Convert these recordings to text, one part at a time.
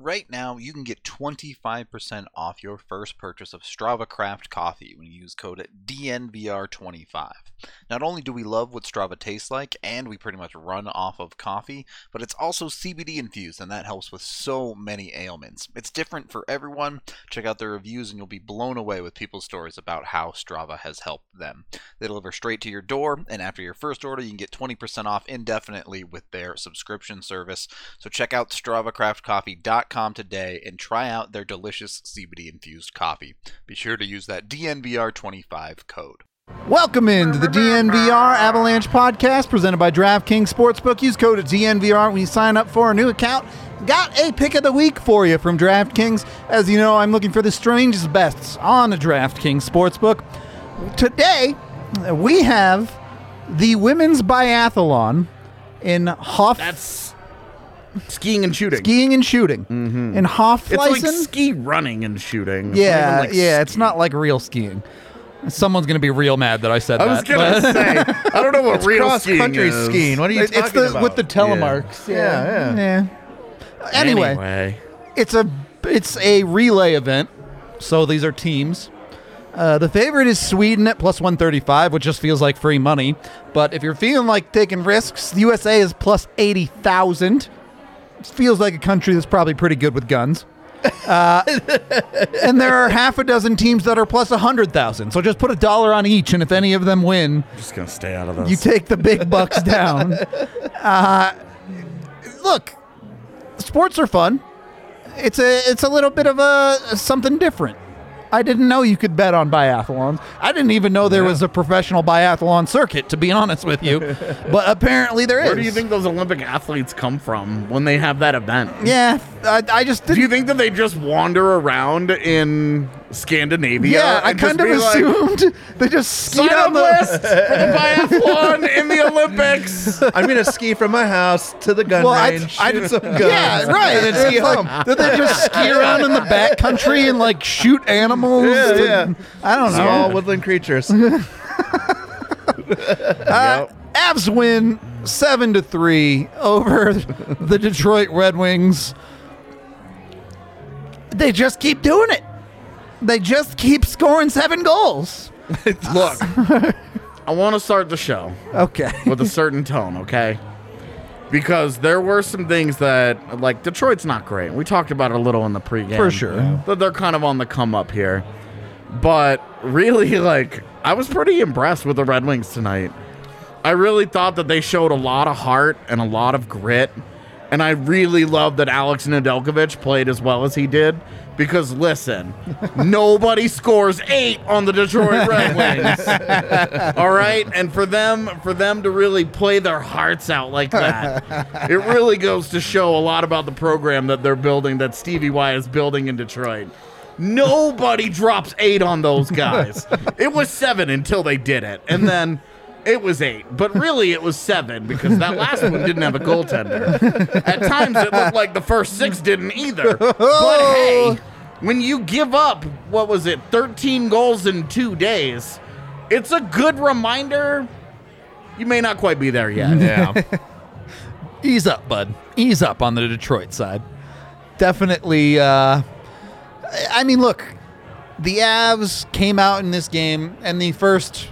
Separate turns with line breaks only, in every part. Right now, you can get 25% off your first purchase of Strava Craft coffee when you use code DNVR25. Not only do we love what Strava tastes like, and we pretty much run off of coffee, but it's also CBD infused, and that helps with so many ailments. It's different for everyone. Check out their reviews, and you'll be blown away with people's stories about how Strava has helped them. They deliver straight to your door, and after your first order, you can get 20% off indefinitely with their subscription service. So check out StravaCraftCoffee.com DNVR.com today and try out their delicious CBD infused coffee. Be sure to use that DNVR25 code.
Welcome into the DNVR Avalanche podcast presented by DraftKings Sportsbook. Use code DNVR when you sign up for a new account. Got a pick of the week for you from DraftKings. As you know, I'm looking for the strangest bets on the DraftKings Sportsbook. Today, we have the women's biathlon in Hoff.
That's skiing and shooting.
skiing and shooting in
Mm-hmm. It's like
Hoffleisen.
ski running and shooting. It's not even
yeah,
like
yeah,
ski-
it's not like real skiing. Someone's gonna be real mad that I said
I
that.
was gonna
but-
say. I don't know what real skiing
cross-country
is.
skiing. What are you
It-
talking
it's the
about?
with the telemarks.
Yeah. Yeah,
yeah. Anyway,
Anyway.
it's a it's a relay event, so these are teams. Uh, the favorite is Sweden at plus 135, which just feels like free money. But if you're feeling like taking risks, the USA is plus 80,000. Feels like a country that's probably pretty good with guns. Uh, and there are half a dozen teams that are plus 100,000. So just put a dollar on each, and if any of them win,
I'm just gonna stay out of this.
you take the big bucks down. Uh, look, sports are fun. It's a it's a little bit of a something different. I didn't know you could bet on biathlons. I didn't even know there was a professional biathlon circuit, to be honest with you. but apparently there is.
Where do you think those Olympic athletes come from when they have that event?
Yeah, I, I just didn't.
Do you think that they just wander around in Scandinavia?
yeah, I
and just
kind of
be like,
assumed they just skied
Sign up
on the.
list for the biathlon in the Olympics.
I'm gonna ski from my house to the gun
Well, I-
range.
I-
shoot some guns.
Yeah, right.
And then ski
It's like,
home.
did they just ski around in the back country and like shoot animals?
Yeah,
and-
yeah.
I don't know.
Small woodland creatures.
Uh, Avs win seven to three over the Detroit Red Wings. They just keep doing it. They just keep scoring seven goals.
Look, I want to start the show.
Okay.
with a certain tone, okay? Because there were some things that, like, Detroit's not great. We talked about it a little in the pregame.
For sure. Yeah.
That they're kind of on the come up here. But really, like, I was pretty impressed with the Red Wings tonight. I really thought that they showed a lot of heart and a lot of grit. And I really love that Alex Nedeljkovic played as well as he did. Because listen, nobody scores eight on the Detroit Red Wings. All right, and for them, for them to really play their hearts out like that, it really goes to show a lot about the program that they're building, that Stevie Y is building in Detroit. Nobody drops eight on those guys. It was seven until they did it, and then it was eight. But really, it was seven because that last one didn't have a goaltender. At times, it looked like the first six didn't either. But hey, when you give up, what was it, 13 goals in two days? It's a good reminder. You may not quite be there yet.
Yeah.
ease up, bud. Ease up on the Detroit side. Definitely. Uh, I mean, look, the Avs came out in this game, and the first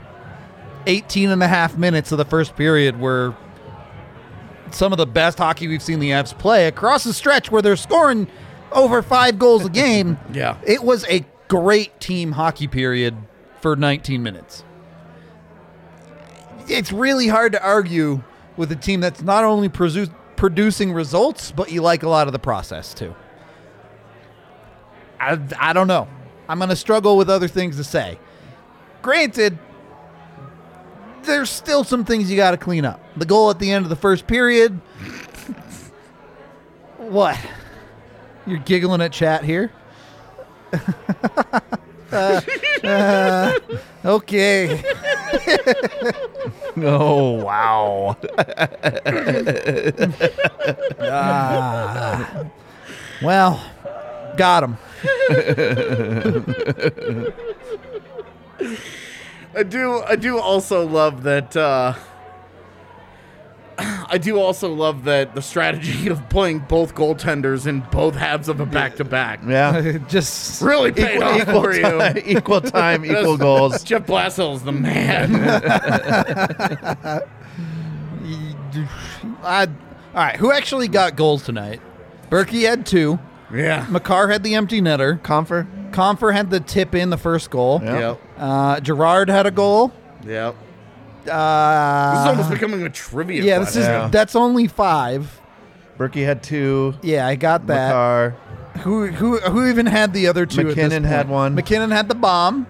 18 and a half minutes of the first period were some of the best hockey we've seen the Avs play across the stretch where they're scoring over five goals a game.
Yeah.
It was a great team hockey period for 19 minutes. It's really hard to argue with a team that's not only produ- producing results, but you like a lot of the process too. I, I don't know. I'm going to struggle with other things to say. Granted, there's still some things you got to clean up. The goal at the end of the first period. what? You're giggling at chat here? Uh, uh, okay. oh, wow. Ah. well, got him.
I do I do also love that uh I do also love that the strategy of playing both goaltenders in both halves of a back to back.
yeah.
Just
Really paid off for you.
equal time, equal
That's-
goals.
Jeff Blasill's the man.
I, all right. Who actually got goals tonight? Berkey had two.
yeah.
McCarr had the empty netter.
Comfer.
Confer had the tip in the first goal.
Yep.
Uh, Gerard had a goal.
Yep.
Uh,
This is almost becoming a trivia.
yeah, this is
question.
Yeah.
that's only five.
Berkey had two.
Yeah, I got that.
Makar.
Who who who even had the other two? at this
McKinnon had
point?
one.
McKinnon had the bomb,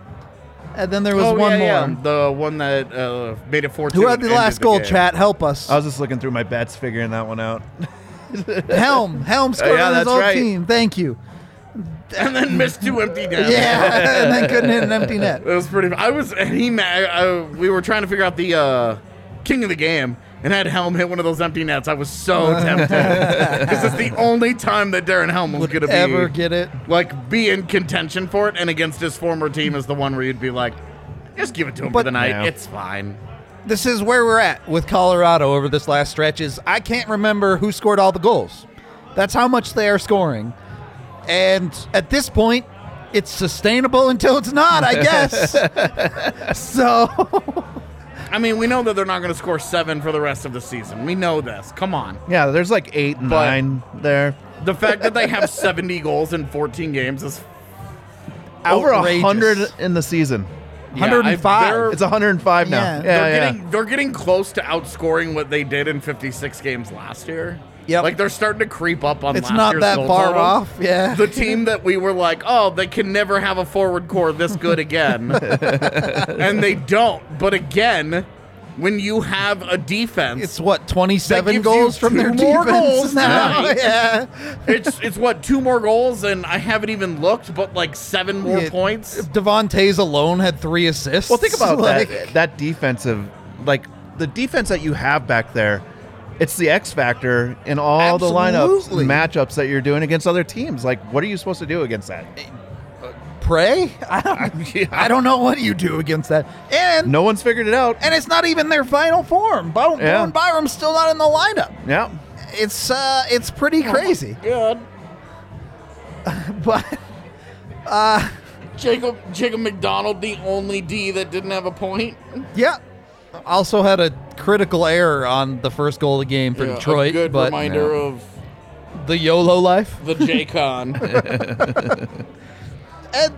and then there was
Oh,
one
yeah,
more.
yeah, The one that uh, made it 4
Who had the last goal? Chat, help us.
I was just looking through my bets, figuring that one out.
Helm, Helm scored
yeah,
on his
that's
own
right.
team. Thank you.
And then missed two empty nets.
Yeah, and then couldn't hit an empty net.
It was pretty. I was and he. ma- I, we were trying to figure out the uh, king of the game, and had Helm hit one of those empty nets. I was so tempted because it's the only time that Darren Helm was going to be
Ever get it?
like be in contention for it, and against his former team is the one where you'd be like, just give it to him
But-
for the night.
No.
It's fine.
this is where we're at with Colorado over this last stretch is I can't remember who scored all the goals. That's how much they are scoring. And at this point, it's sustainable until it's not, I guess. so
I mean, we know that they're not going to score seven for the rest of the season. We know this. Come on.
Yeah, there's like eight and
But-
nine there.
The fact that they have 70 goals in 14 games is
Over a
Outrageous.
hundred in the season.
Yeah, I-
105.
they're-
It's 105 now.
Yeah.
Yeah,
they're
yeah.
getting they're getting close to outscoring what they did in 56 games last year.
Yep.
like they're starting to creep up on.
it's
last
not
year's
that
goal
far
total.
off. Yeah.
The team that we were like, oh, they can never have a forward core this good again, and they don't. But again, when you have a defense,
it's what,
That
27
gives you
goals from their
two more
defense
goals
now?
tonight.
Yeah.
it's it's what two more goals, and I haven't even looked, but like seven more
Yeah.
points.
Devontae's alone had three assists.
Well, think about
Like,
that. That defensive, like the defense that you have back there, it's the X factor in all the lineups,
Absolutely.
matchups that you're doing against other teams. Like, what are you supposed to do against that?
Pray? I don't, I don't know what you do against that. And
No one's figured it out.
and it's not even their final form. Bo-
Yeah.
Bowen Byram's still not in the lineup.
Yeah,
It's uh, it's pretty crazy.
Good.
But
Jacob Jacob McDonald, the only D that didn't have a point.
yeah, also had a critical error on the first goal of the game for
Yeah, a
Detroit.
good
but
reminder of
the YOLO life,
the J-Con.
and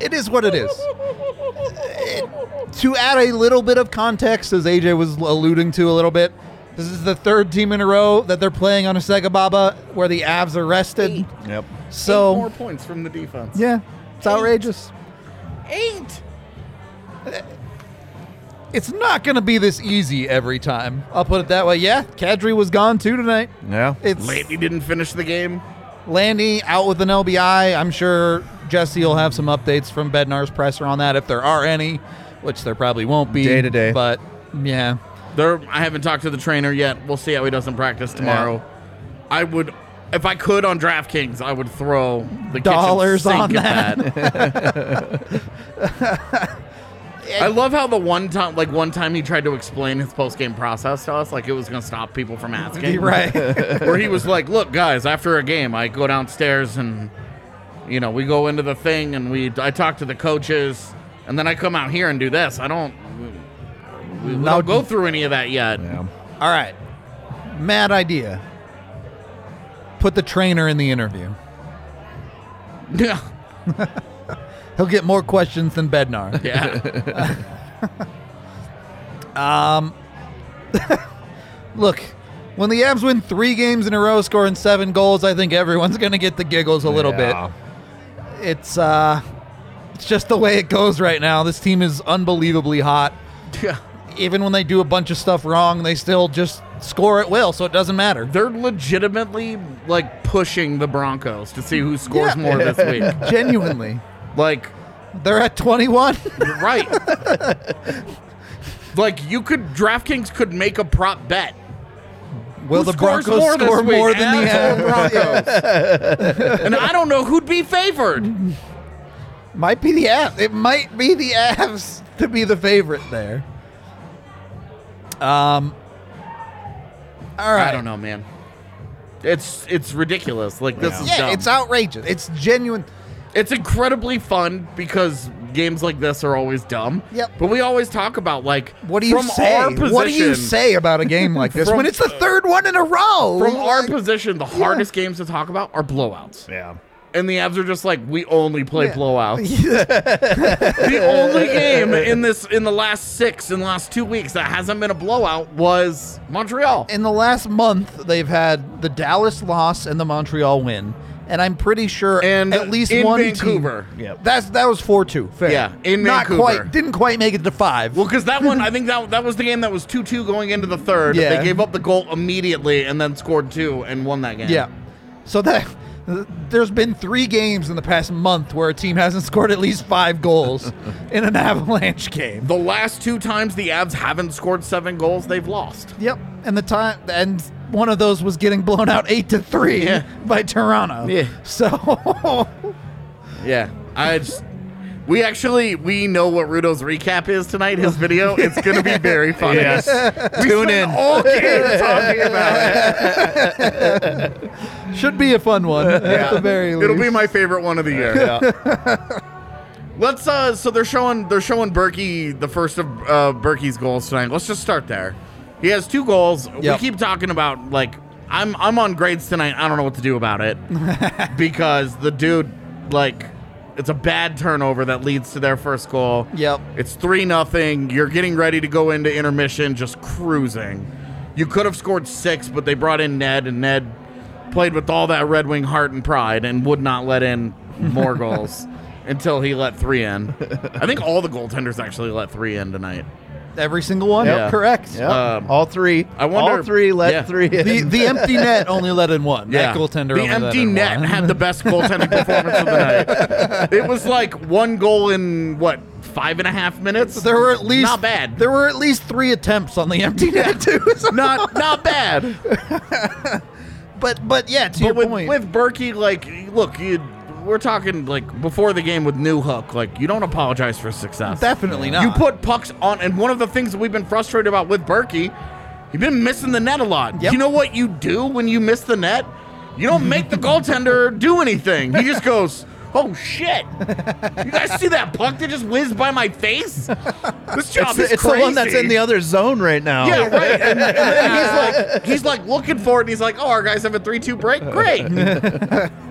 it is what it is. It- to add a little bit of context, as AJ was alluding to a little bit. This is the third team in a row that they're playing on a Sega Baba where the Avs are rested.
yep.
So
Eight more points from the defense.
Yeah, it's outrageous.
Eight.
It's not going to be this easy every time. I'll put it that way. Yeah, Kadri was gone too tonight.
Yeah.
It's
Landy didn't finish the game.
Landy out with an LBI. I'm sure Jesse will have some updates from Bednar's presser on that if there are any, which there probably won't be
Day to day.
But yeah,
There, I haven't talked to the trainer yet. We'll see how he does in practice tomorrow. I would, if I could on DraftKings, I would throw the kitchen
Dollars
sink
on
at that. I love how the one time, like one time, he tried to explain his post game process to us, like it was gonna stop people from asking.
right.
Where he was like, "Look, guys, after a game, I go downstairs and, you know, we go into the thing and we I talk to the coaches, and then I come out here and do this. I don't, we, we
No.
don't go through any of that yet.
All right. Mad idea. Put the trainer in the interview.
Yeah,
He'll get more questions than Bednar.
yeah.
Look, when the Abs win three games in a row, scoring seven goals, I think everyone's going to get the giggles a little bit. It's uh, it's just the way it goes right now. This team is unbelievably hot.
yeah.
Even when they do a bunch of stuff wrong, they still just score at will, so it doesn't matter.
They're legitimately like pushing the Broncos to see who scores
Yeah.
more this week.
Genuinely,
Like,
they're at 21.
right. like you could DraftKings could make a prop bet.
Will the
Who scores
Broncos
more this
score
week,
more than the
Abs or
Abs?
Broncos. and I don't know who'd be favored.
Might be the Avs. It might be the Avs to be the favorite there. Um. All right.
I don't know, man. It's it's ridiculous. Like this is
Yeah,
dumb.
it's outrageous. It's genuine.
It's incredibly fun because games like this are always dumb.
Yep.
But we always talk about like
What do you
from
say?
Our position,
what do you say about a game like this
From-
when it's the third one in a row?
From our position, the hardest games to talk about are blowouts.
Yeah.
And the Avs are just like, we only play blowouts.
Yeah.
the only game in this in the last six in the last two weeks that hasn't been a blowout was Montreal.
in the last month, they've had the Dallas loss and the Montreal win, and I'm pretty sure
And
at least
in
one
Vancouver.
Team,
Yep.
That's that was four two. Fair.
Yeah, in
not
Vancouver.
quite. Didn't quite make it to five.
Well, because that one, I think that that was the game that was two two going into the third.
Yeah.
They gave up the goal immediately and then scored two and won that game.
Yeah. So that there's been three games in the past month where a team hasn't scored at least five goals in an Avalanche game.
The last two times the Avs haven't scored seven goals, they've lost.
Yep. And the time and one of those was getting blown out eight to three
Yeah.
by Toronto.
Yeah.
So
Yeah, I just. We actually we know what Rudo's recap is tonight. His video. It's gonna be very funny.
Yes.
Tune in. All game talking about it.
should be a fun one at the very least.
It'll be my favorite one of the year. Let's uh. So they're showing they're showing Berkey the first of uh, Berkey's goals tonight. Let's just start there. He has two goals.
Yep.
We keep talking about like I'm I'm on grades tonight. I don't know what to do about it because the dude like it's a bad turnover that leads to their first goal.
Yep.
It's three nothing. You're getting ready to go into intermission, just cruising. You could have scored six, but they brought in Ned, and Ned played with all that Red Wing heart and pride, and would not let in more goals until he let three in. I think all the goaltenders actually let three in tonight.
every single one.
Yep.
Correct.
Yep.
Um,
all three.
I wonder-
All three let
yeah.
three in.
Uh, The the empty net only let in one. That goaltender
The
only let
empty
in
net
one.
had the best goaltending performance of the night. It was like one goal in what five and a half minutes.
there were at least
not bad.
There were at least three attempts on the empty net too. So-
not not bad.
But but yeah, to your
but with,
point,
with Berkey, like, look, you, we're talking like before the game with New Hook. Like, you don't apologize for success.
definitely not.
You
Uh.
put pucks on, and one of the things that we've been frustrated about with Berkey, you've been missing the net a lot.
Yep.
You know what you do when you miss the net? You don't make the goaltender do anything. He just goes, "Oh shit! You guys see that puck that just whizzed by my face? This job
it's
is
the, it's the
crazy."
one that's in the other zone right now.
Yeah, right. And, and then he's like, he's like looking for it, and he's like, "Oh, our guys have a three-two break. Great,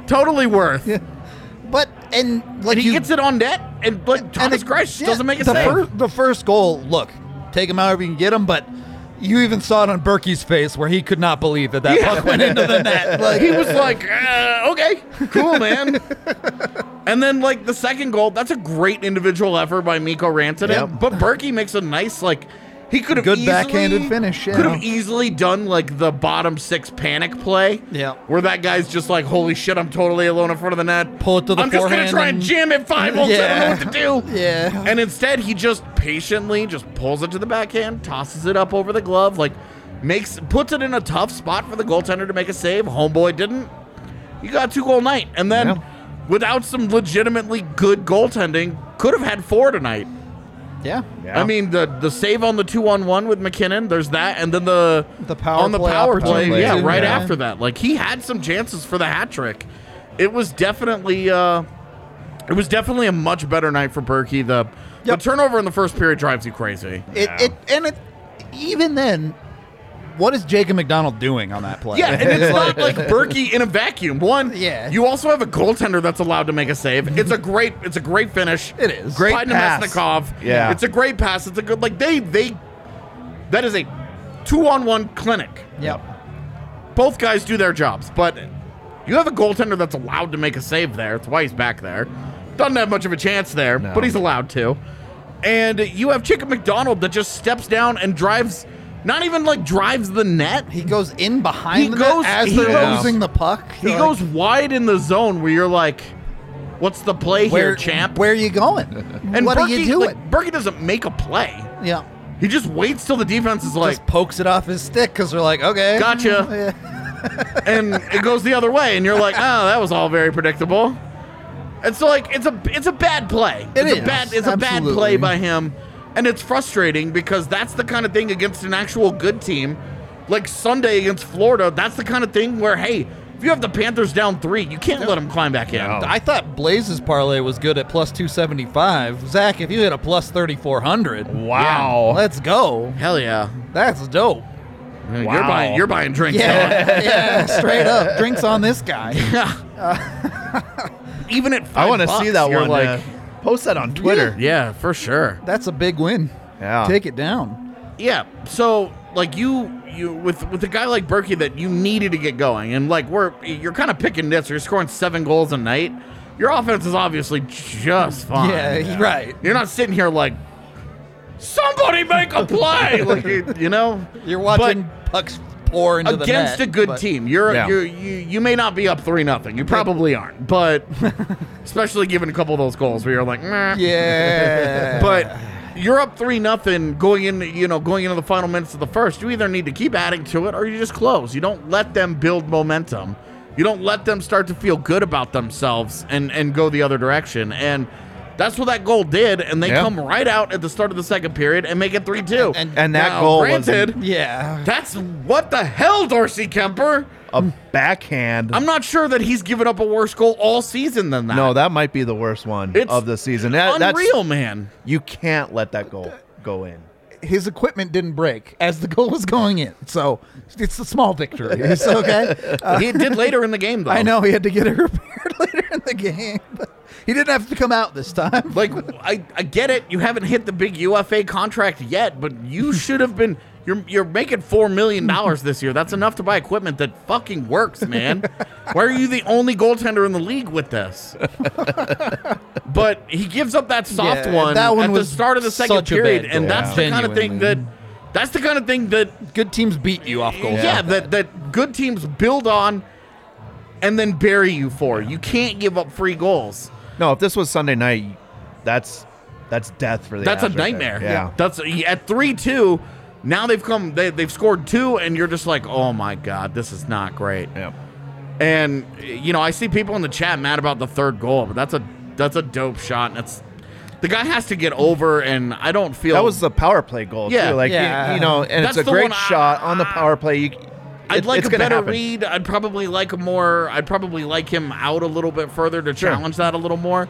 totally worth."
but and like
And he
you,
gets it on net, and like
and
Thomas
it-
Grice
yeah,
doesn't make a
the
save.
fir- the first goal, look, take him however you can get him, but you even saw it on Berkey's face where he could not believe that that puck went into the net. Like,
he was like, uh, "Okay, cool, man." and then like the second goal, that's a great individual effort by Miko Rantanen,
Yep.
but Berkey makes a nice like. He could have
Good
easily-
backhanded finish, yeah.
Could have easily done like the bottom six panic play.
Yeah.
where that guy's just like, "Holy shit, I'm totally alone in front of the net."
Pull it to the
I'm just gonna
forehand
try and
and-
jam it five holes. I don't know what to do.
Yeah.
And instead, he just patiently just pulls it to the backhand, tosses it up over the glove, like makes puts it in a tough spot for the goaltender to make a save. Homeboy didn't. You got two goal night, and then
Yeah.
without some legitimately good goaltending, could have had four tonight.
Yeah.
I mean the the save on the two on one with McKinnon. There's that, and then the
The power
on the
play
power play.
opportunity.
Yeah, right
Yeah.
after that, like he had some chances for the hat trick. It was definitely uh, it was definitely a much better night for Berkey. The
Yep.
the turnover in the first period drives you crazy.
It, it and it even then, what is Jacob McDonald doing on that play?
Yeah, and it's not like Berkey in a vacuum. One,
Yeah.
You also have a goaltender that's allowed to make a save. It's a great, it's a great finish. It
is.
Great
By
pass.
Nemesnikov.
Yeah.
it's a great pass. It's a good like they they. That is a two-on-one clinic.
Yep.
Both guys do their jobs, but you have a goaltender that's allowed to make a save there. It's why he's back there. Doesn't have much of a chance there, but he's allowed to. And you have Chicken McDonald that just steps down and drives, not even like drives the net.
He goes in behind
He
the
goes-
net as
he
they're
goes-
losing the puck.
He goes wide in the zone where you're like, "What's the play here, champ?"
Where are you going?
and
what
Berkey,
are you doing?
Like, Berkey doesn't make a play.
yeah.
He just waits till the defense is like,
Just pokes it off his stick because they're like, okay.
"Gotcha," and it goes the other way, and you're like, "Oh, that was all very predictable." And so, like, it's a it's a bad play.
It
it's
is.
a bad it's a bad
Absolutely.
play by him, and it's frustrating because that's the kind of thing against an actual good team, like Sunday against Florida. That's the kind of thing where hey. If you have the Panthers down three, you can't let them climb back in.
I thought Blaze's parlay was good at plus 275. Zach, if you hit a plus 3,400,
Wow.
let's go.
Hell yeah.
That's dope.
You're buying you're buying drinks. Ellen.
Yeah, yeah, straight up. Drinks on this guy.
Even at
I
five
want to see
bucks,
that
you're
one.
Like,
uh, post that on Twitter.
yeah, for sure.
That's a big win.
Yeah.
Take it down.
Yeah. So like you you with with a guy like Berkey that you needed to get going and like we're you're kind of picking this, you're scoring seven goals a night. Your offense is obviously just fine.
Yeah, right.
You're not sitting here like somebody make a play. like you, you know?
You're
But-
watching pucks pour into the
against
net,
a good
but-
team. You're,
Yeah.
you're you you may not be up three nothing. You probably aren't, but especially given a couple of those goals where you're like, Meh.
Yeah.
But you're up three nothing going in. You know, going into the final minutes of the first, you either need to keep adding to it or you just close. You don't let them build momentum. You don't let them start to feel good about themselves and and go the other direction. And that's what that goal did. And they
Yeah.
come right out at the start of the second period and make it three two.
And-
And that
Now,
goal
granted,
yeah.
that's what the hell, Dorsey Kemper.
was a backhand.
I'm not sure that he's given up a worse goal all season than that.
no, that might be the worst one
It's
of the season. That, that's
unreal, man.
You can't let that goal go in.
His equipment didn't break as the goal was going in. So it's a small victory. It's okay. Uh,
he did later in the game, though.
I know he had to get it repaired later in the game, but he didn't have to come out this time.
Like, I, I get it. You haven't hit the big UFA contract yet, but you should have been. You're you're making four million dollars this year. That's enough to buy equipment that fucking works, man. Why are you the only goaltender in the league with this? but he gives up that soft
Yeah,
one,
that one
at
was
the start of the second
such a bad
period, and
goal.
that's the kind of thing that.
Genuinely.
That's the kind of thing that
Good teams beat you off goal.
Yeah, that, that good teams build on and then bury you for. You can't give up free goals.
No, if this was Sunday night, that's that's death for the.
That's a
Avs right
nightmare.
there. Yeah.
That's at 3 2. Now they've come, they, they've scored two, and you're just like, oh my God, this is not great.
yeah.
And, you know, I see people in the chat mad about the third goal, but that's a that's a dope shot. And that's, the guy has to get over, and I don't feel.
That was the power play goal
Yeah.
too. Like you-
Yeah.
you, know, and
That's
it's
the
a great
one I-
shot on the power play. You,
I'd
it-
like
it's
a
gonna
better
happen.
read. I'd probably like a more. I'd probably like him out a little bit further to challenge that a little more.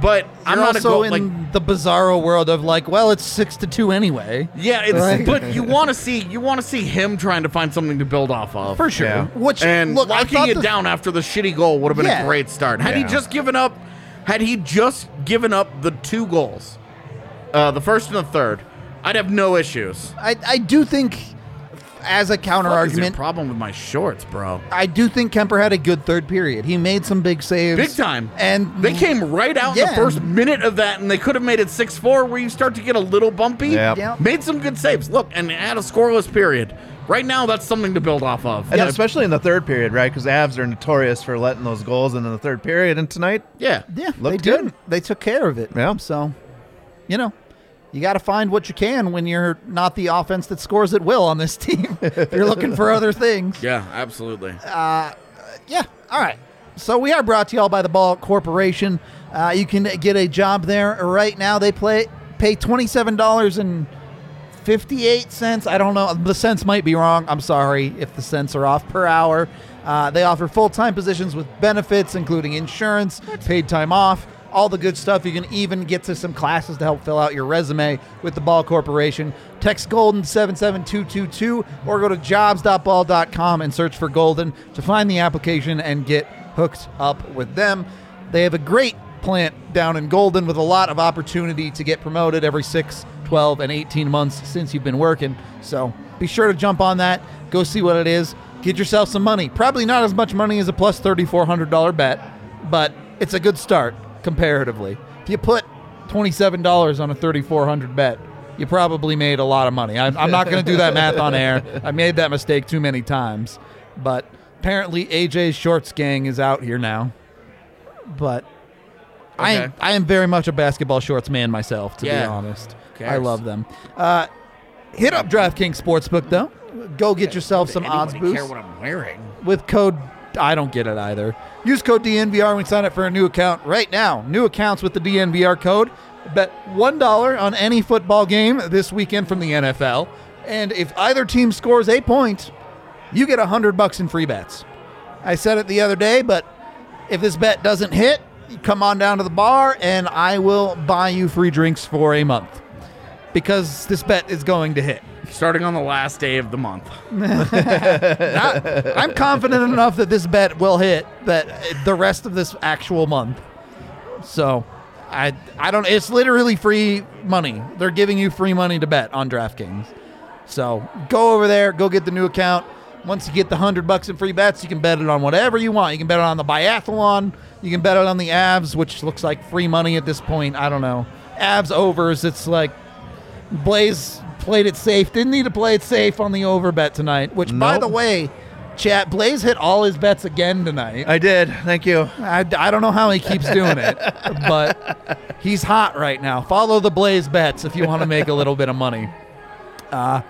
But I'm
You're
not
also
a goal, like
in the bizarro world of like, well, it's six to two anyway.
yeah. It's
Like-
but you want to see you want to see him trying to find something to build off of
For sure.
Yeah.
Which
and
look, I
locking
thought
it
the-
down after the shitty goal would have been
Yeah.
a great start. Had
Yeah.
he just given up, had he just given up the two goals, uh, the first and the third, I'd have no issues.
I, I do think, as a counter
What is your
argument,
problem with my shorts, bro?
I do think Kemper had a good third period. He made some big saves,
Big time.
and
they came right out in
Yeah.
the first minute of that, and they could have made it 6 4, where you start to get a little bumpy.
Yep.
Yep.
Made some good saves. Look, and had a scoreless period. Right now, that's something to build off of.
and especially in the third period, right? Because the Avs are notorious for letting those goals in the third period. And tonight,
yeah.
Yeah, they
Looked
did.
good.
They took care of it.
Yeah.
So, you know, you got to find what you can when you're not the offense that scores at will on this team. If you're looking for other things.
Yeah, absolutely.
Yeah. All right. So we are brought to y'all by the Ball Corporation. Uh, you can get a job there right now. They play pay $27.58. I don't know. The cents might be wrong. I'm sorry if the cents are off per hour. Uh, they offer full time positions with benefits, including insurance, paid time off, all the good stuff. You can even get to some classes to help fill out your resume with the Ball Corporation. Text Golden 77222 or go to jobs.ball.com and search for Golden to find the application and get hooked up with them. They have a great plant down in Golden with a lot of opportunity to get promoted every 6, 12, and 18 months since you've been working. So be sure to jump on that. Go see what it is. Get yourself some money. Probably not as much money as a plus $3,400 bet, but it's a good start comparatively. If you put $27 on a 3400 bet, you probably made a lot of money. I'm, I'm not going to do that math on air. I made that mistake too many times. But apparently, AJ's shorts gang is out here now. But I am,
Okay.
I am very much a basketball shorts man myself, to be
Yeah.
honest. I
cares?
love them. Uh, hit up DraftKings Sportsbook, though. Go get yourself some odds
Anybody
boost
care what I'm wearing?
with code I don't get it either. Use code DNVR when you sign up for a new account right now. New accounts with the DNVR code. Bet $1 on any football game this weekend from the NFL. And if either team scores a point, you get 100 bucks in free bets. I said it the other day, but if this bet doesn't hit, you come on down to the bar and I will buy you free drinks for a month because this bet is going to hit.
Starting on the last day of the month.
I'm confident enough that this bet will hit that uh, the rest of this actual month. So, I I don't. It's literally free money. They're giving you free money to bet on DraftKings. So go over there, go get the new account. Once you get the hundred bucks in free bets, you can bet it on whatever you want. You can bet it on the biathlon. You can bet it on the Avs, which looks like free money at this point. I don't know. Avs overs. It's like Blaze played it safe. Didn't need to play it safe on the over bet tonight. Which, by
Nope.
the way, chat Blaze hit all his bets again tonight.
I did. Thank you.
I, I don't know how he keeps doing it, but he's hot right now. Follow the Blaze bets if you want to make a little bit of money. Uh,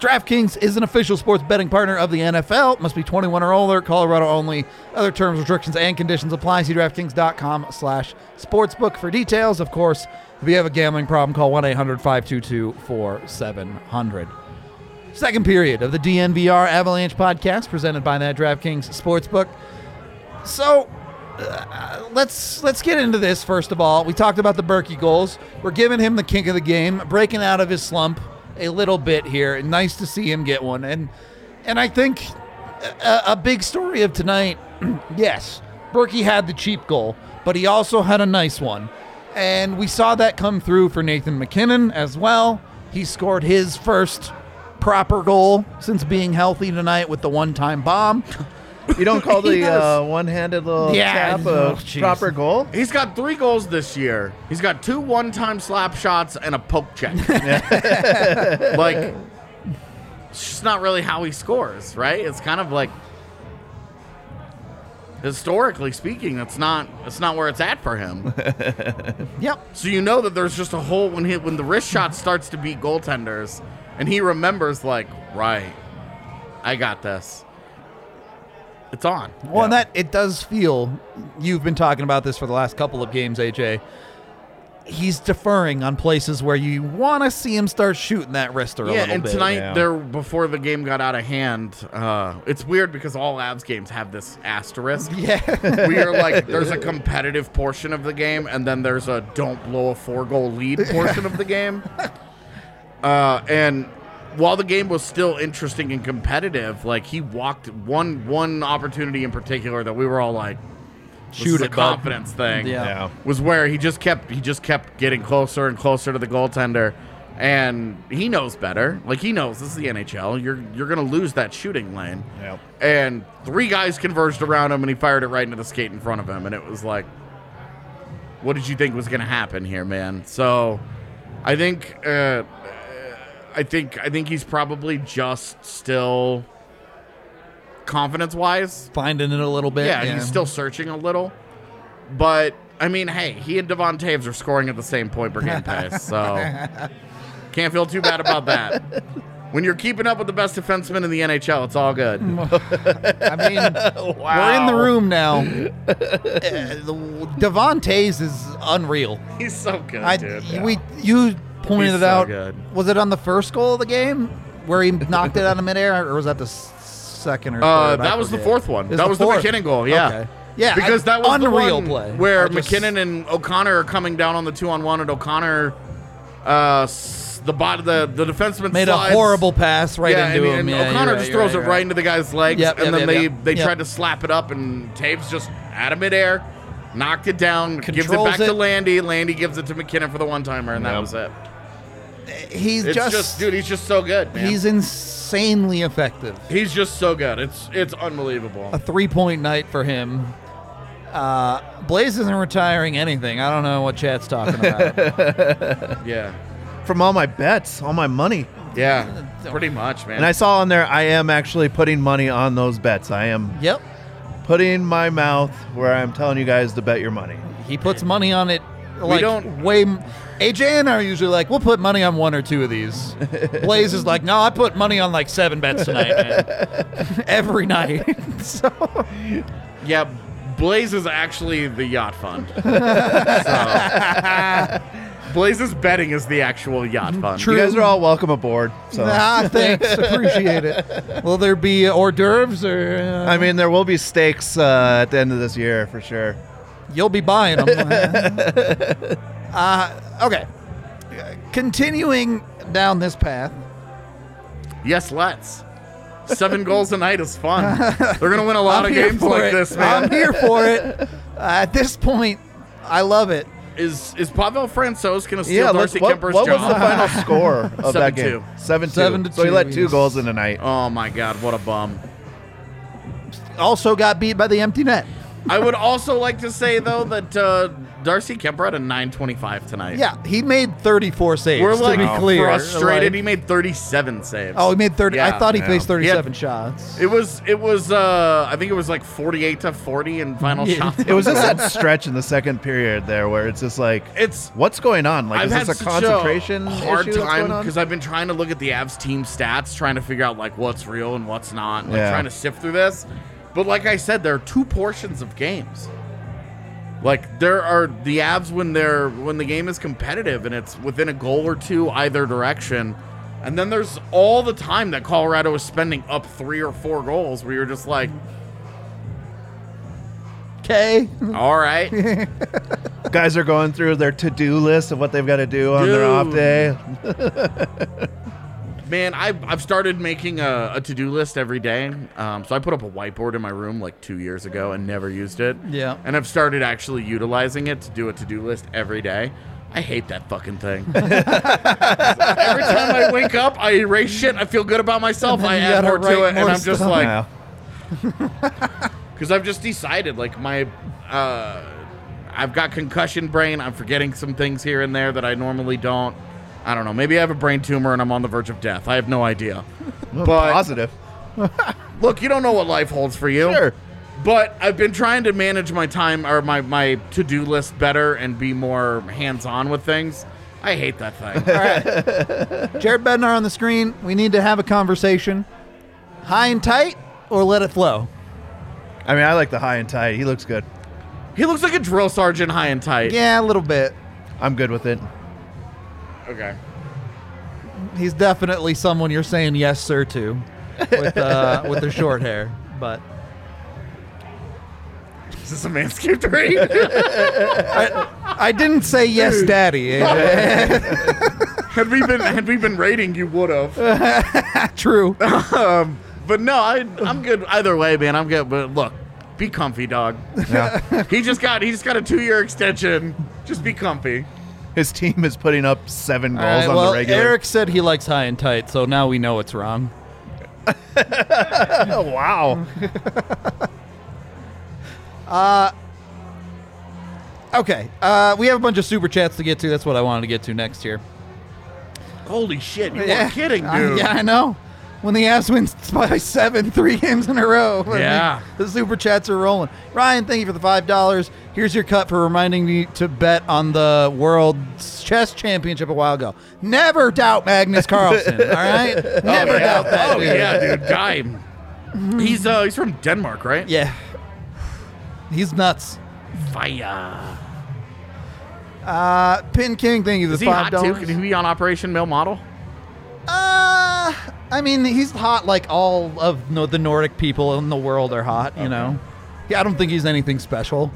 DraftKings is an official sports betting partner of the NFL. Must be 21 or older. Colorado only. Other terms, restrictions, and conditions apply. See DraftKings.com/sportsbook for details. Of course, if you have a gambling problem, call 1-800-522-4700. Second period of the DNVR Avalanche podcast presented by that DraftKings Sportsbook. So uh, let's let's get into this first of all. We talked about the Berkey goals. We're giving him the kink of the game, breaking out of his slump a little bit here. And nice to see him get one. And and I think a, a big story of tonight. yes, Berkey had the cheap goal, but he also had a nice one. And we saw that come through for Nathan McKinnon as well. He scored his first proper goal since being healthy tonight with the one-time bomb.
You don't call
He
the
does.
uh, one-handed little
Yeah,
tap
oh,
a
jeez.
proper goal?
He's got three goals this year. He's got two one-time slap shots and a poke check. like, it's just not really how he scores, right? It's kind of like, historically speaking, that's not that's not where it's at for him.
Yep.
so you know that there's just a hole when he, when the wrist shot starts to beat goaltenders, and he remembers like, right, I got this. It's on.
Well, and that it does feel you've been talking about this for the last couple of games, AJ. He's deferring on places where you want to see him start shooting that wrister a
yeah,
little
and
bit.
tonight
yeah.
there before the game got out of hand. Uh, it's weird because all Avs games have this asterisk.
yeah,
we are like there's a competitive portion of the game, and then there's a don't blow a four goal lead portion of the game. Uh, and while the game was still interesting and competitive, like he walked one one opportunity in particular that we were all like, this
Shoot
is a
it, bud.
confidence thing
Yeah.
Yeah.
was where he just kept he just kept getting closer and closer to the goaltender and he knows better like he knows this is the NHL you're you're going to lose that shooting lane
Yep.
and three guys converged around him and he fired it right into the skate in front of him and it was like what did you think was going to happen here man so i think uh, i think i think he's probably just still confidence wise
finding it a little bit.
yeah, he's still searching a little. But I mean, hey, he and Devon Taves are scoring at the same point per game pace, so can't feel too bad about that. When you're keeping up with the best defenseman in the NHL, it's all good.
I mean, we're in the room now. Uh, the- Devon Tays is unreal.
He's so good,
I
dude.
we you pointed
He's
it
so
out.
good.
Was it on the first goal of the game where he knocked it out of midair, or was that the s- second or?
Uh,
third? I
that was the
forget.
fourth one.
It
that was the
fourth.
McKinnon goal. Yeah,
Okay. Yeah,
Because
I-
that was the
unreal
one
play.
where
I just-
McKinnon and O'Connor are coming down on the two on one, and O'Connor, uh, s- the body, the the defenseman
Made a
slides.
horrible pass right
yeah,
into him.
and, and
Yeah,
O'Connor
you're
just
you're
throws
you're
it right, into the guy's legs,
Yep,
and
yep,
then
yep,
they
yep.
they
Yep.
tried to slap it up, and Taves just out of midair, knocked it down, gives it
Controls
back
it.
to Landy. Landy gives it to McKinnon for the one timer, and that was it.
He's
It's just,
just,
dude, he's just so good, man.
he's insanely effective.
he's just so good. It's it's unbelievable.
a three point night for him. Uh, Blaze isn't retiring anything. I don't know what Chad's talking about.
Yeah,
From all my bets, all my money.
yeah, pretty much, man.
And I saw on there, I am actually putting money on those bets. I am
yep,
putting my mouth where I'm telling you guys to bet your money.
he puts money on it. Like
don't-
way. m- AJ and I are usually like, we'll put money on one or two of these. Blaze is like, no, I put money on like seven bets tonight, man. Every night. so
Yeah, Blaze is actually the yacht fund. so, Blaze's betting is the actual yacht fund.
You guys are all welcome aboard. So
nah, thanks, appreciate it. Will there be uh, hors d'oeuvres or? Uh,
I mean, there will be stakes uh, at the end of this year for sure.
You'll be buying them. uh, okay. Continuing down this path,
Yes, let's. Seven goals a night is fun. They're gonna win a lot
I'm
of
here
games
for
like
it.
this, man.
I'm here for it. Uh, at this point, I love it.
Is is Pavel Francouz gonna steal
yeah, let's-
Darcy
what,
Kemper's
what
job?
was the final score of that game?
7-2.
Seven two.
Seven to
so he
two,
let two
yes.
goals in a night.
oh my god, what a bum.
Also got beat by the empty net.
I would also like to say though that uh, Darcy Kemper had a 925 tonight.
Yeah, he made 34 saves.
We're
to
like
be clear.
frustrated. he
Like-
made 37 saves.
oh, he made 30. I
Yeah,
thought he
yeah.
faced
He had-
37 shots.
It was it was uh I think it was like 48 to 40 in final
Yeah.
shots.
It was just that stretch in the second period there where it's just like,
It's
what's going on? Like,
I've
is
had
this a
such
concentration
hard
issue that's
time
going on?
because I've been trying to look at the Avs team stats, trying to figure out like what's real and what's not, like
Yeah.
trying to sift through this. But like I said, there are two portions of games. Like there are the Avs when they're when the game is competitive and it's within a goal or two either direction. And then there's all the time that Colorado is spending up three or four goals where you're just like,
Okay.
all right,
Guys are going through their to-do list of what they've got to do on their off
Dude.
day.
Man, I've, I've started making a, a to do list every day. Um, so I put up a whiteboard in my room like two years ago and never used it.
Yeah.
And I've started actually utilizing it to do a to do list every day. I hate that fucking thing. every time I wake up, I erase shit. I feel good about myself. I
you
add
gotta
more to
write
it.
more
and I'm just
stuff.
like,
Yeah.
because I've just decided like my uh, I've got concussion brain. I'm forgetting some things here and there that I normally don't. I don't know. Maybe I have a brain tumor and I'm on the verge of death. I have no idea. but
positive.
look, you don't know what life holds for you.
Sure.
But I've been trying to manage my time or my, my to do list better and be more hands on with things. I hate that thing.
All right. Jared Bednar on the screen. We need to have a conversation. High and tight or let it flow?
I mean, I like the high and tight. He looks good.
he looks like a drill sergeant high and tight.
Yeah, a little bit.
I'm good with it.
Okay.
he's definitely someone you're saying yes sir to with uh, with the short hair but
Is this a manscaped rate?
i didn't say yes daddy
had we been had we been rating, you would have.
true
But no, I, I'm good either way, man. I'm good. But look, be comfy, dog. he just got he just got a two year extension. Just be comfy.
His team is putting up seven goals on
well
the regular.
eric said he likes high and tight so now we know it's wrong
oh, wow.
okay uh, we have a bunch of super chats to get to that's what i wanted to get to next here
Holy shit, you
Yeah.
were kidding,
I,
dude.
yeah i know when the Avs win by seven, three games in a row. I mean,
Yeah.
the super chats are rolling. Ryan, thank you for the five dollars. Here's your cut for reminding me to bet on the World Chess Championship a while ago. Never doubt Magnus Carlsen. all right, never doubt that.
Oh
dude.
yeah, dude, guy. He's uh, he's from Denmark, right?
Yeah. He's nuts.
Fire.
Uh, Pin King, thank you. for
Is
The
he
five
hot too?
dollars.
Can he be on Operation Male Model?
Uh, I mean, he's hot like all of no, the Nordic people in the world are hot, you know? Yeah, I don't think he's anything special.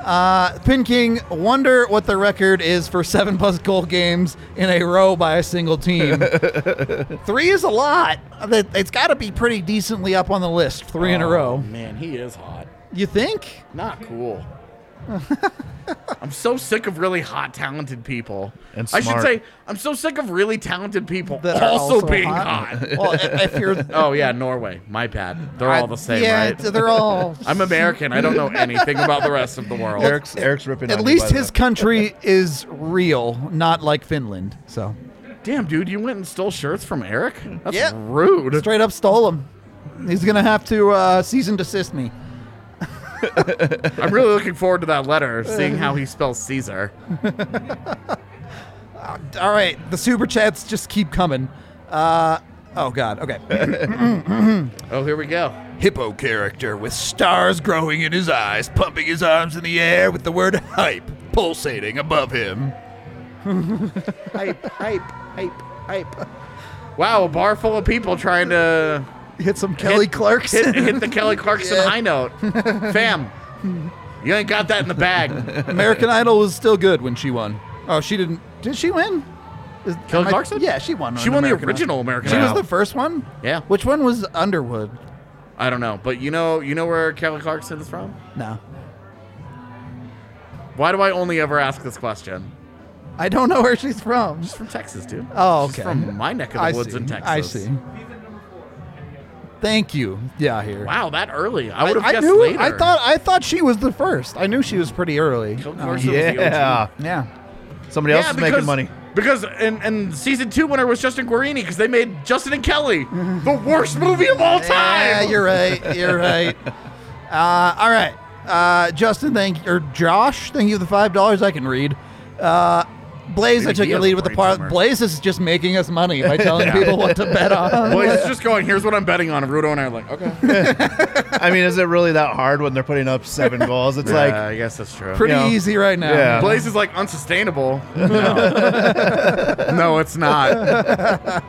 Uh, Pin King, wonder what the record is for seven plus goal games in a row by a single team. Three is a lot. That- It's got to be pretty decently up on the list, Three
Oh.
in a row.
Man, he is hot.
You think?
Not cool. I'm so sick of really hot, talented people.
And
I should
smart.
say, I'm so sick of really talented people
That are
also,
also
being
hot?
hot.
Well, i- if you're.
oh yeah, Norway. My bad. They're all the same,
yeah,
right?
it's- they're all
I'm American. I don't know anything about the rest of the world.
Eric's Eric's ripping.
At
on you,
least
by the
his
way.
country is real, not like Finland. So
Damn, dude, you went and stole shirts from Eric? That's
Yeah.
rude.
straight up stole him. He's gonna have to uh, cease and desist me.
I'm really looking forward to that letter, seeing how he spells Caesar.
All right, the super chats just keep coming. Uh, oh God. Okay.
Oh, here we go.
Hippo character with stars growing in his eyes, pumping his arms in the air with the word hype pulsating above him.
Hype, hype, hype, hype. Wow, a bar full of people trying to
Hit some Kelly
hit-
Clarkson.
hit, hit the Kelly Clarkson
Yeah.
high note. Fam, you ain't got that in the bag.
American Idol was still good when she won. Oh, she didn't. Did she win? Is-
Kelly
am I-
Clarkson?
yeah, she won.
She
on
won the
American Idol.
original American
She was
Idol.
the first one.
Yeah.
Which one was Underwood?
I don't know, but you know, you know where Kelly Clarkson is from.
No,
Why do I only ever ask this question?
I don't know where she's from.
She's from Texas, dude.
Oh,
She's
okay.
from my neck of the
I
woods
see.
in Texas.
I see. Thank you. Yeah, here.
Wow, that early. I would have
I
guessed
knew.
later.
I thought. I thought she was the first. I knew she was pretty early.
Kelly
Oh,
Clarkson was the OG.
Yeah,
yeah.
somebody else is making money.
Because and and season two winner was Justin Guarini because they made Justin and Kelly the worst movie of all time.
Yeah, you're right. You're right. Uh, all right. Uh, Justin, thank or Josh, thank you for the five dollars. I can read. Uh, Blaze,
Dude,
I took
he
your
has
lead
a
with the
brain
part.
tumor.
Blaze is just making us money by telling people what to bet on.
Well, he's just going. Here's what I'm betting on. And Rudo and I are like, okay.
I mean, is it really that hard when they're putting up seven goals? It's
Yeah,
like
I guess that's true.
Pretty
you know,
easy right now.
yeah.
Blaze is like unsustainable. No, no it's not.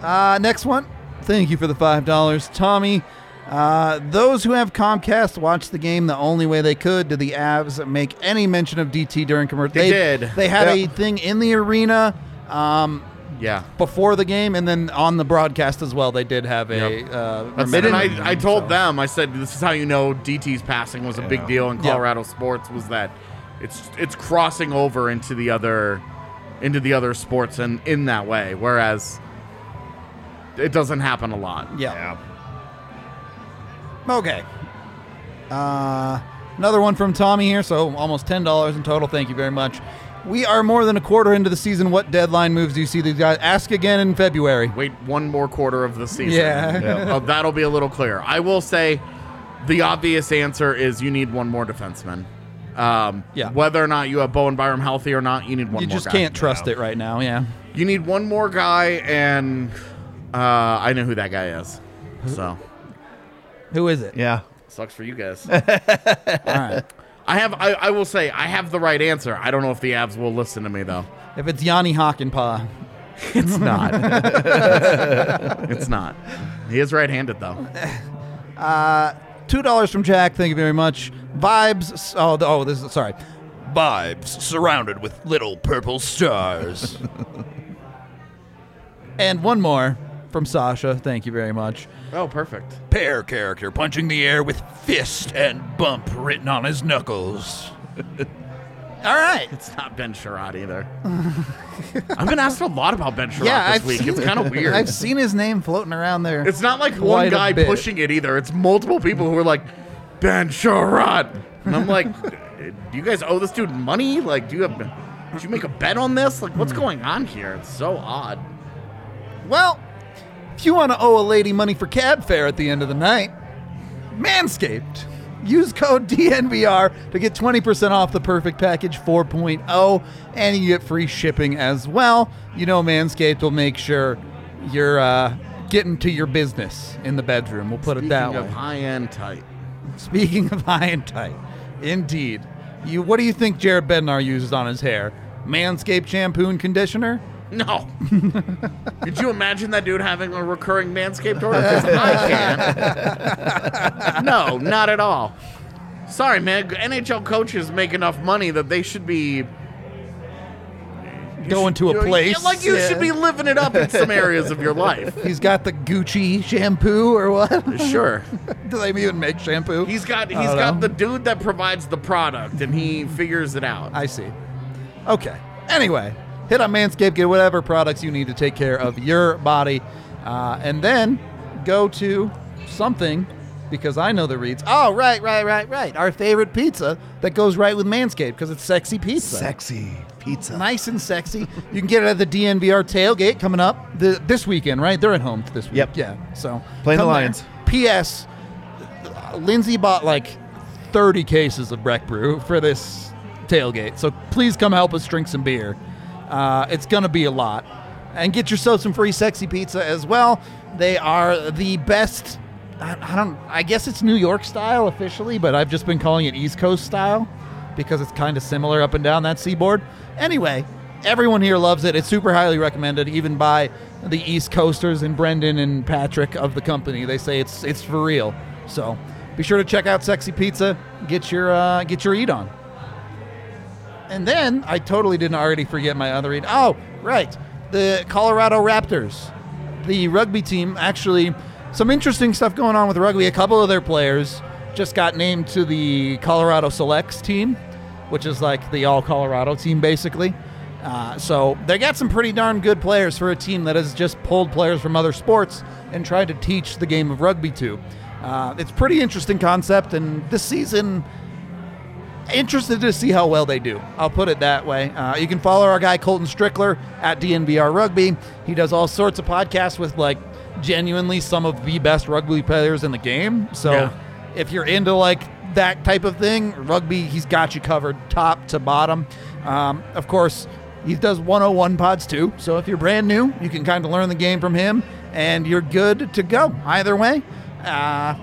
Uh, next one. Thank you for the five dollars, Tommy. Uh, those who have Comcast watched the game the only way they could. Did the Avs make any mention of DT during commercial?
They did.
They had
Yeah.
a thing in the arena um,
Yeah.
before the game, and then on the broadcast as well. They did have a.
Yep.
Uh,
That's
remember-
and I, I told them, I said, this is how you know DT's passing was a big deal in
Yeah.
Colorado sports was that it's it's crossing over into the other into the other sports and in that way, whereas it doesn't happen a lot.
yeah. Okay. Uh, another one from Tommy here, so almost ten dollars in total. Thank you very much. We are more than a quarter into the season. What deadline moves do you see these guys? Ask again in February.
Wait one more quarter of the season.
Yeah.
Uh, that'll be a little clearer. I will say the obvious answer is you need one more defenseman. Um,
Yeah.
Whether or not you have Bowen Byram healthy or not, you need one
you
more
just
guy.
can't trust it right now. Yeah.
You need one more guy, and uh, I know who that guy is. So
Who is it?
yeah,
sucks for you guys.
All right.
I have. I, I will say I have the right answer. I don't know if the Abs will listen to me though.
If it's Yanni Hockenpah,
It's not. it's not. He is right-handed though.
two dollars from Jack. Thank you very much. Vibes. Oh, the, oh, this is sorry.
Vibes surrounded with little purple stars.
And one more from Sasha. Thank you very much.
Oh, perfect.
Pear character punching the air with fist and bump written on his knuckles.
All right.
It's not Ben Sherrod either. I've been asked a lot about Ben Sherrod
Yeah,
this
I've
week.
seen
It's kind of weird.
I've seen his name floating around there.
It's not like
Quite
one
a
guy
bit.
pushing it either. It's multiple people who are like, Ben Sherrod. And I'm like, do you guys owe this dude money? Like, do you have, did you make a bet on this? Like, what's going on here? It's so odd.
well, If you want to owe a lady money for cab fare at the end of the night, Manscaped. Use code DNVR to get 20% off the Perfect Package 4.0, and you get free shipping as well. You know, Manscaped will make sure you're uh, getting to your business in the bedroom. We'll put it that
Speaking of
way.
high end tight.
Speaking of high and tight, indeed. You, what do you think Jared Bednar uses on his hair? Manscaped shampoo and conditioner?
No. Did you imagine that dude having a recurring manscaped order? 'Cause I can't. no, not at all. Sorry, man. NHL coaches make enough money that they should be
Going to a place.
Like you should be living it up in some areas of your life.
He's got the Gucci shampoo or what?
Sure.
Do they even make shampoo?
He's got he's
don't
got
know.
the dude that provides the product and he figures it out.
I see. Okay. Anyway, hit on Manscaped, get whatever products you need to take care of your body, uh, and then go to something because I know the reads. Oh, right, right, right, right. Our favorite pizza that goes right with Manscaped because it's sexy pizza.
Sexy pizza.
Nice and sexy. You can get it at the DNVR tailgate coming up the, this weekend, right? They're at home this week.
Yep.
Yeah. So
Playing the
come there.
Lions.
P.S. Lindsay bought like 30 cases of Breck Brew for this tailgate. So please come help us drink some beer. Uh, it's going to be a lot. And get yourself some free sexy pizza as well. They are the best. I, I don't. I guess it's New York style officially, but I've just been calling it East Coast style because it's kind of similar up and down that seaboard. Anyway, everyone here loves it. It's super highly recommended, even by the East Coasters and Brendan and Patrick of the company. They say it's it's for real. So be sure to check out Sexy Pizza. Get your uh, get your eat on. And then I totally didn't already forget my other read. Oh, right. The Colorado Raptors, the rugby team, actually, some interesting stuff going on with rugby. A couple of their players just got named to the Colorado Selects team, which is like the all Colorado team, basically. Uh, so they got some pretty darn good players for a team that has just pulled players from other sports and tried to teach the game of rugby to. Uh, it's pretty interesting concept, and this season interested to see how well they do. I'll put it that way. Uh, you can follow our guy Colton Strickler at DNVR Rugby. He does all sorts of podcasts with like genuinely some of the best rugby players in the game. So
Yeah.
if you're into like that type of thing, rugby, he's got you covered top to bottom. Um, of course, he does 101 pods too. So if you're brand new, you can kind of learn the game from him and you're good to go either way. Uh,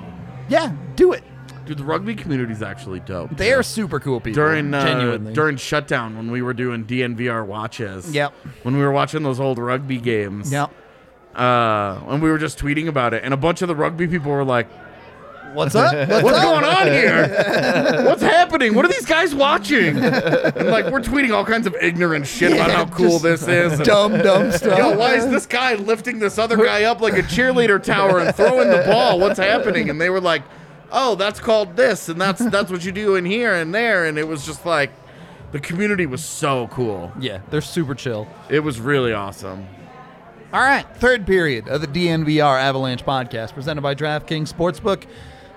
yeah, do it.
Dude, the rugby community's actually dope.
They are super cool people.
during uh,
genuinely.
during shutdown when we were doing DNVR watches.
Yep.
When we were watching those old rugby games.
Yep.
Uh, and we were just tweeting about it, and a bunch of the rugby people were like,
What's up?
"What's going on here? What's happening? What are these guys watching?" And like we're tweeting all kinds of ignorant shit about how cool this is. and,
dumb, dumb stuff.
Yo, why is this guy lifting this other guy up like a cheerleader tower and throwing the ball? What's happening? And they were like, "Oh, that's called this, and that's that's what you do in here and there." And it was just like, the community was so cool.
Yeah, they're super chill.
It was really awesome.
All right, third period of the DNVR Avalanche podcast presented by DraftKings Sportsbook.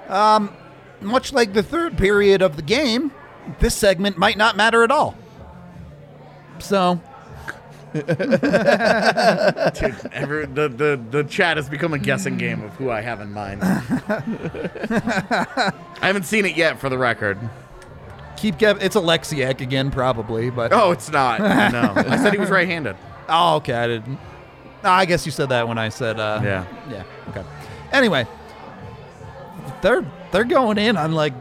Um, much like the third period of the game, this segment might not matter at all. So,
Dude, every, the, the the chat has become a guessing game of who I have in mind. I haven't seen it yet, for the record.
keep kept, it's Alexiak again, probably, but
Oh, it's not. No, I said he was right-handed.
Oh, okay. I didn't. No, I guess you said that when I said. Uh,
Yeah.
Yeah. Okay. Anyway, they're they're going in on like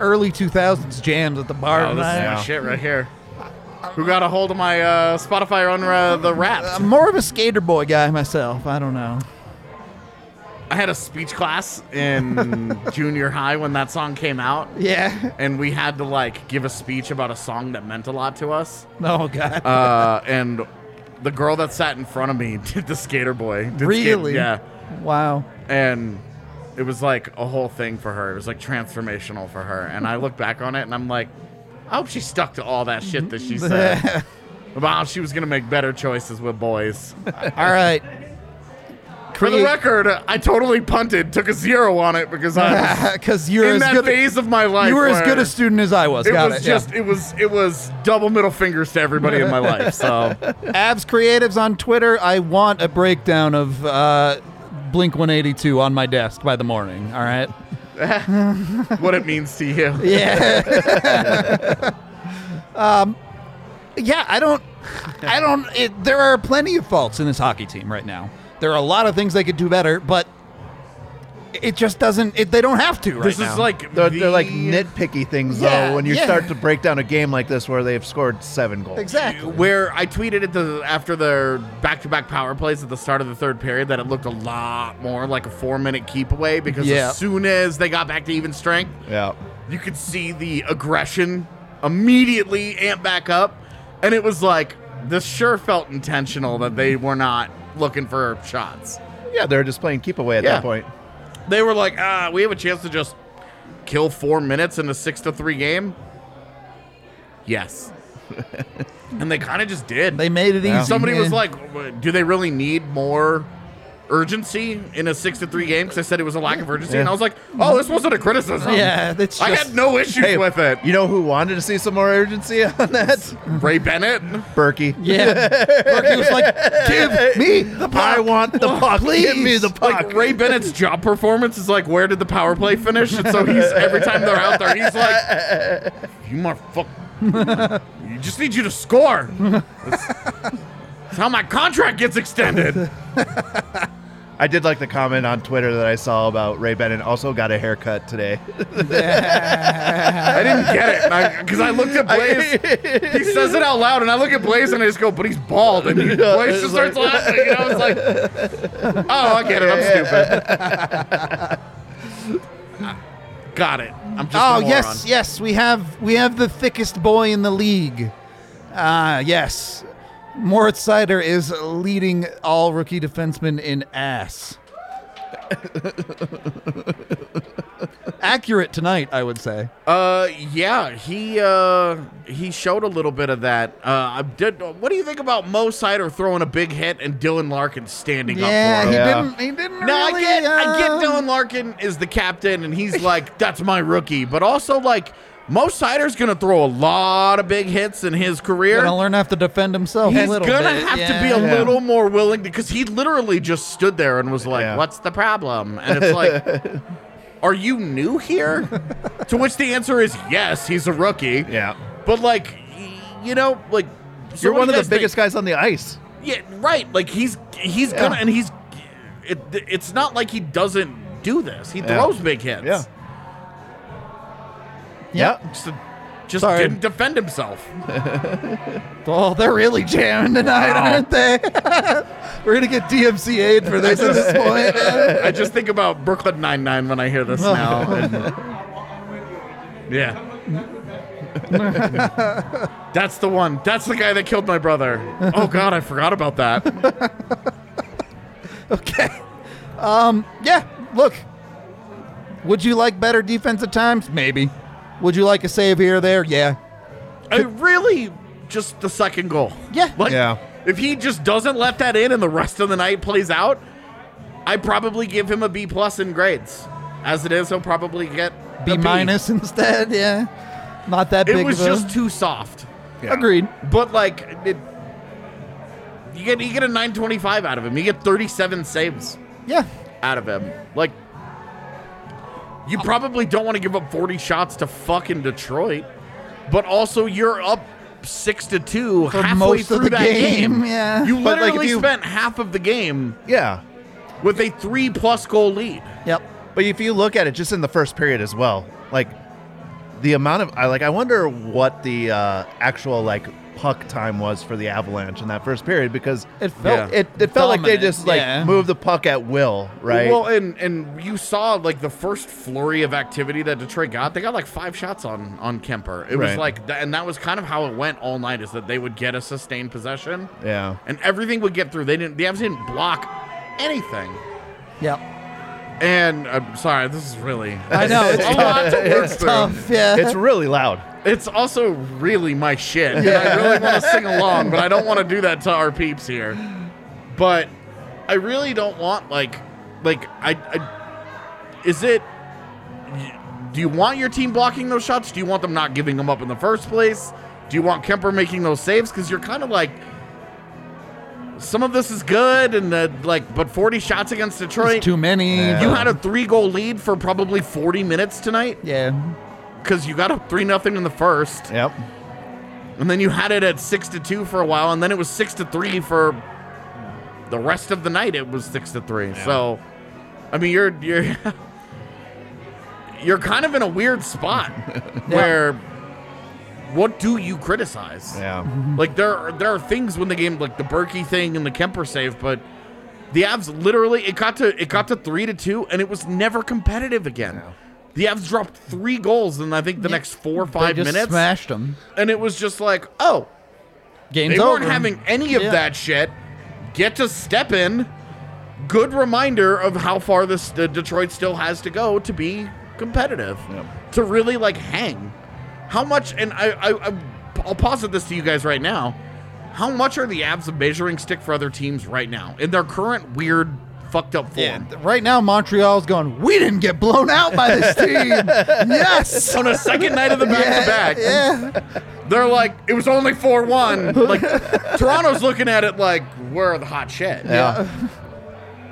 early 2000s jams at the bar
Oh, this is
tonight.
my shit right here. Who got a hold of my uh, Spotify on uh, the raps?
I'm more of a skater boy guy myself. I don't know.
I had a speech class in junior high when that song came out,
Yeah.
and we had to like give a speech about a song that meant a lot to us.
Oh God.
Uh, and the girl that sat in front of me did the skater boy. Did skate-
really?
yeah.
Wow.
And it was like a whole thing for her. It was like transformational for her. And I look back on it and I'm like, I hope she stuck to all that shit that she said about how she was gonna make better choices with boys.
All right.
For the record, I totally punted, took a zero on it because I was
Because you're
in
as
that
good.
phase of my life.
you were as
where
good a student as I was.
It
Got
was
yeah.
just it was it was double middle fingers to everybody in my life. So
Abs Creatives on Twitter. I want a breakdown of uh, Blink 182 on my desk by the morning. All right.
what it means to you.
Yeah. um, yeah, I don't, I don't. It, there are plenty of faults in this hockey team right now. There are a lot of things they could do better, but it just doesn't. It, they don't have to right
This
now.
is like
They're, they're like
the-
nitpicky things
Yeah,
though when you
yeah.
start to break down a game like this where they have scored seven goals.
exactly.
where I tweeted at the after their back-to-back power plays at the start of the third period that it looked a lot more like a four-minute keep away because
Yeah.
as soon as they got back to even strength,
Yeah.
you could see the aggression immediately amp back up, and it was like this sure felt intentional that they were not looking for shots.
Yeah, they're just playing keep away at
Yeah.
that point.
They were like, ah, we have a chance to just kill four minutes in a six to three game. Yes. and they kind of just did.
They made it easy.
Somebody was
man.
like, "W- "Do they really need more urgency in a six to three game?" Because I said it was a lack of urgency, and I was like, "Oh, this wasn't a criticism.
Yeah, it's
I
just-
had no issues with it."
You know who wanted to see some more urgency on that?
Ray Bennett,
Berkey.
yeah. Burke, he was like, give me the puck. Oh,
I want the puck. Give me
please.
the puck.
like Ray Bennett's job performance is like, "Where did the power play finish?" And so he's every time they're out there, he's like, "You motherfucker, you just need you to score." That's, that's how my contract gets extended.
I did like the comment on Twitter that I saw about Ray Bennett also got a haircut today.
I didn't get it because I, looked at Blaze. he says it out loud, and I look at Blaze, and I just go, "But he's bald." And he, Blaze just starts laughing, and I was like, "Oh, I get it. I'm stupid." Got it. I'm just.
Oh
a moron.
yes, yes, we have we have the thickest boy in the league. Ah, yes. Moritz Sider is leading all rookie defensemen in ass. Accurate tonight, I would say.
Uh, yeah, he uh he showed a little bit of that. Uh, I did. What do you think about Mo Sider throwing a big hit and Dylan Larkin standing up for
Yeah,
him?
he
Yeah.
didn't. He didn't.
Uh, No, I
really,
get I get
uh,
Dylan Larkin is the captain and he's like, that's my rookie. But also like Mo Sider's gonna throw a lot of big hits in his career.
Gonna learn how to defend himself. a
He's
little
gonna
bit,
have
yeah.
to be a
Yeah.
little more willing because he literally just stood there and was like,
Yeah.
What's the problem? And it's like Are you new here? to which the answer is yes, he's a rookie.
yeah.
But like y- you know, like so
You're
what
one
do
of
you
the
guys think?
biggest guys on the ice.
Yeah, right. Like he's he's
Yeah.
gonna and he's it, it's not like he doesn't do this. He
Yeah.
throws big hits.
Yeah.
Yeah.
Just, just
Sorry.
didn't defend himself.
Oh, they're really jamming tonight, aren't they? We're gonna get DMCA'd for this at this point.
I just think about Brooklyn Nine Nine when I hear this now. and- yeah. That's the one. That's the guy that killed my brother. Oh God, I forgot about that.
Okay. Um, yeah, look. Would you like better defense at times? Maybe. Would you like a save here or there? Yeah.
I really just the second goal.
Yeah.
Like,
Yeah.
If he just doesn't let that in and the rest of the night plays out, I probably give him a B plus in grades. As it is, he'll probably get a
B minus instead, yeah. Not that big
It was
of a
just too soft.
Agreed.
But like it, you get you get a 925 out of him. You get 37 saves
Yeah.
out of him. Like you probably don't want to give up 40 shots to fucking Detroit, but also you're up 6 to 2
For
halfway
most of
through
the
that
game,
game.
yeah.
You
But, like, if
literally
you-
spent half of the game
Yeah.
with a 3 plus goal lead.
Yep.
But if you look at it just in the first period as well, like the amount of I like I wonder what the uh, actual like puck time was for the Avalanche in that first period because
It felt
it, it felt like they
dominant,
just like
yeah.
moved the puck at will, right?
Well, and and you saw like the first flurry of activity that Detroit got. They got like five shots on on Kemper. It was
Right.
like, th- and that was kind of how it went all night. Is that they would get a sustained possession,
yeah.
and everything would get through. They didn't. The Avs didn't block anything.
Yep.
And I'm sorry, this is really
I know. It's
a lot to work
It's
through.
tough. Yeah.
It's really loud.
It's also really my shit. and I really want to sing along, but I don't want to do that to our peeps here. But I really don't want like like I, I is it do you want your team blocking those shots? Do you want them not giving them up in the first place? Do you want Kemper making those saves cuz you're kind of like some of this is good, and the, like, but 40 shots against Detroit.
It's too many.
Yeah.
you had a three goal lead for probably 40 minutes tonight
yeah.
because you got up three nothing in the first,
Yep.
and then you had it at six to two for a while, and then it was six to three for the rest of the night. It was six to three. So, I mean, you're you're you're kind of in a weird spot where what do you criticize?
Yeah.
Like there are, there are things when the game like the Berkey thing and the Kemper save, but the Avs literally it got to it got to three to two and it was never competitive again. The Avs dropped three goals in I think the next four or five
they just
minutes,
Smashed them.
and it was just like, oh,
Game's
they weren't
over.
having any of
Yeah.
that shit. Get to step in. Good reminder of how far this uh, Detroit still has to go to be competitive, to really like hang. How much? And I, I, I, I'll posit this to you guys right now. How much are the abs a measuring stick for other teams right now in their current weird, fucked up form?
Yeah, th- right now Montreal's going. We didn't get blown out by this team. yes.
On a second night of the back to back,
Yeah.
they're like, it was only 4 1. Like, Toronto's looking at it like, we're the hot shit.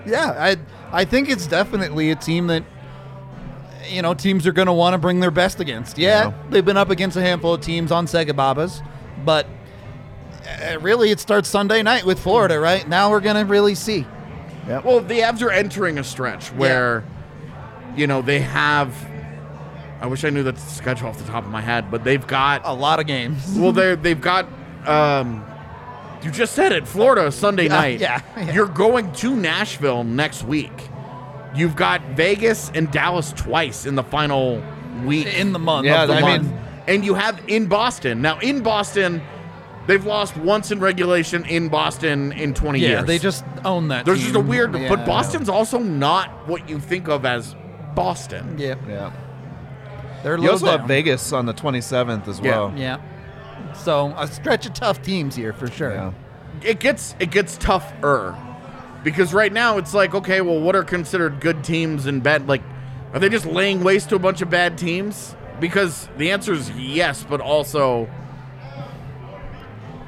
Yeah. I I think it's definitely a team that you know teams are going to want to bring their best against. Yeah, they've been up against a handful of teams on Sega Babas, but uh, really it starts Sunday night with Florida. Right now we're going to really see.
Well, the Avs are entering a stretch where, you know, they have. I wish I knew that schedule off the top of my head, but they've got.
A lot of games.
Well, they they've got. Um, you just said it, Florida Sunday night.
yeah, yeah.
You're going to Nashville next week. You've got Vegas and Dallas twice in the final week
In the month.
yeah,
of the
I
month.
mean, and you have in Boston now. In Boston, they've lost once in regulation in Boston in 20
yeah,
years.
they just own that.
There's
team.
just a weird,
Yeah.
but Boston's also not what you think of as Boston.
Yeah,
Yeah.
they're a
You
little
also have
down.
Vegas on the 27th as
Yeah.
well.
Yeah. So a stretch of tough teams here for sure.
Yeah.
It gets it gets tougher because right now it's like, okay, well, what are considered good teams and bad? Like, are they just laying waste to a bunch of bad teams? Because the answer is yes, but also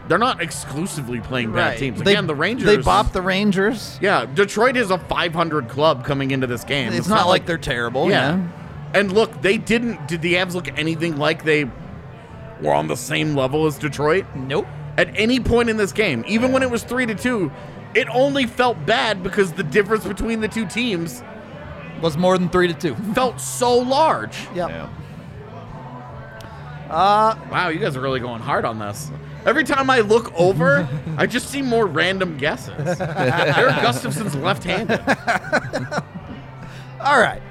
they're not exclusively playing bad teams. Again, the Rangers.
They bopped the Rangers.
Yeah, Detroit is a 500 club coming into this game.
It's, not, like they're terrible.
Yeah.
Yeah.
And look, they didn't. Did the Avs look anything like they were on the same level as Detroit
Nope.
at any point in this game? Even when it was three to two, it only felt bad because the difference between the two teams
Was more than three to two.
felt so large.
Yep.
Yeah.
Uh,
Wow, you guys are really going hard on this. Every time I look over, I just see more random guesses. Eric Gustafson's left-handed.
All right.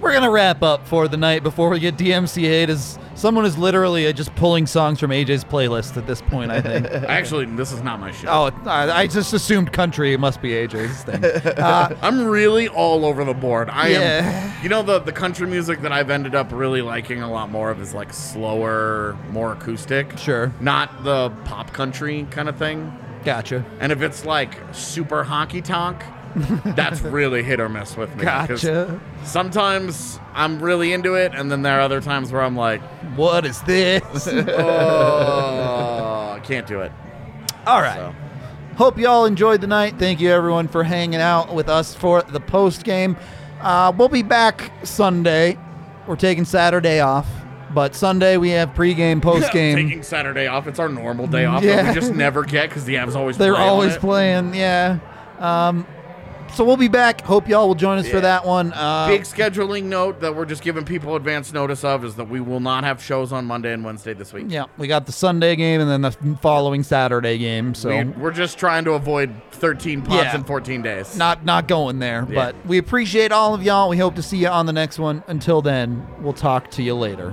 We're gonna wrap up for the night before we get DMCA'd. As someone is literally uh, just pulling songs from AJ's playlist at this point. I think.
Actually, this is not my show.
oh, I, I just assumed country must be AJ's thing. Uh,
I'm really all over the board. I
Yeah.
am. You know the the country music that I've ended up really liking a lot more of is like slower, more acoustic.
Sure.
Not the pop country kind of thing.
gotcha.
And if it's like super honky tonk, that's really hit or miss with me. 'cause
Gotcha.
Sometimes I'm really into it, and then there are other times where I'm like,
What is this?
oh, I can't do it.
All right.
So.
Hope y'all enjoyed the night. Thank you everyone for hanging out with us for the post game. Uh, we'll be back Sunday. We're taking Saturday off, but Sunday we have pregame, postgame.
Taking Saturday off. It's our normal day off that
Yeah.
we just never get because the Avs always
They're
play on
always
it.
playing, yeah. Um, so we'll be back. Hope y'all will join us for that one. Uh,
Big scheduling note that we're just giving people advance notice of is that we will not have shows on Monday and Wednesday this week.
yeah, we got the Sunday game and then the following Saturday game. So
We, we're just trying to avoid 13 pots
Yeah.
in 14 days.
not not going there. But we appreciate all of y'all. We hope to see you on the next one. Until then, we'll talk to you later.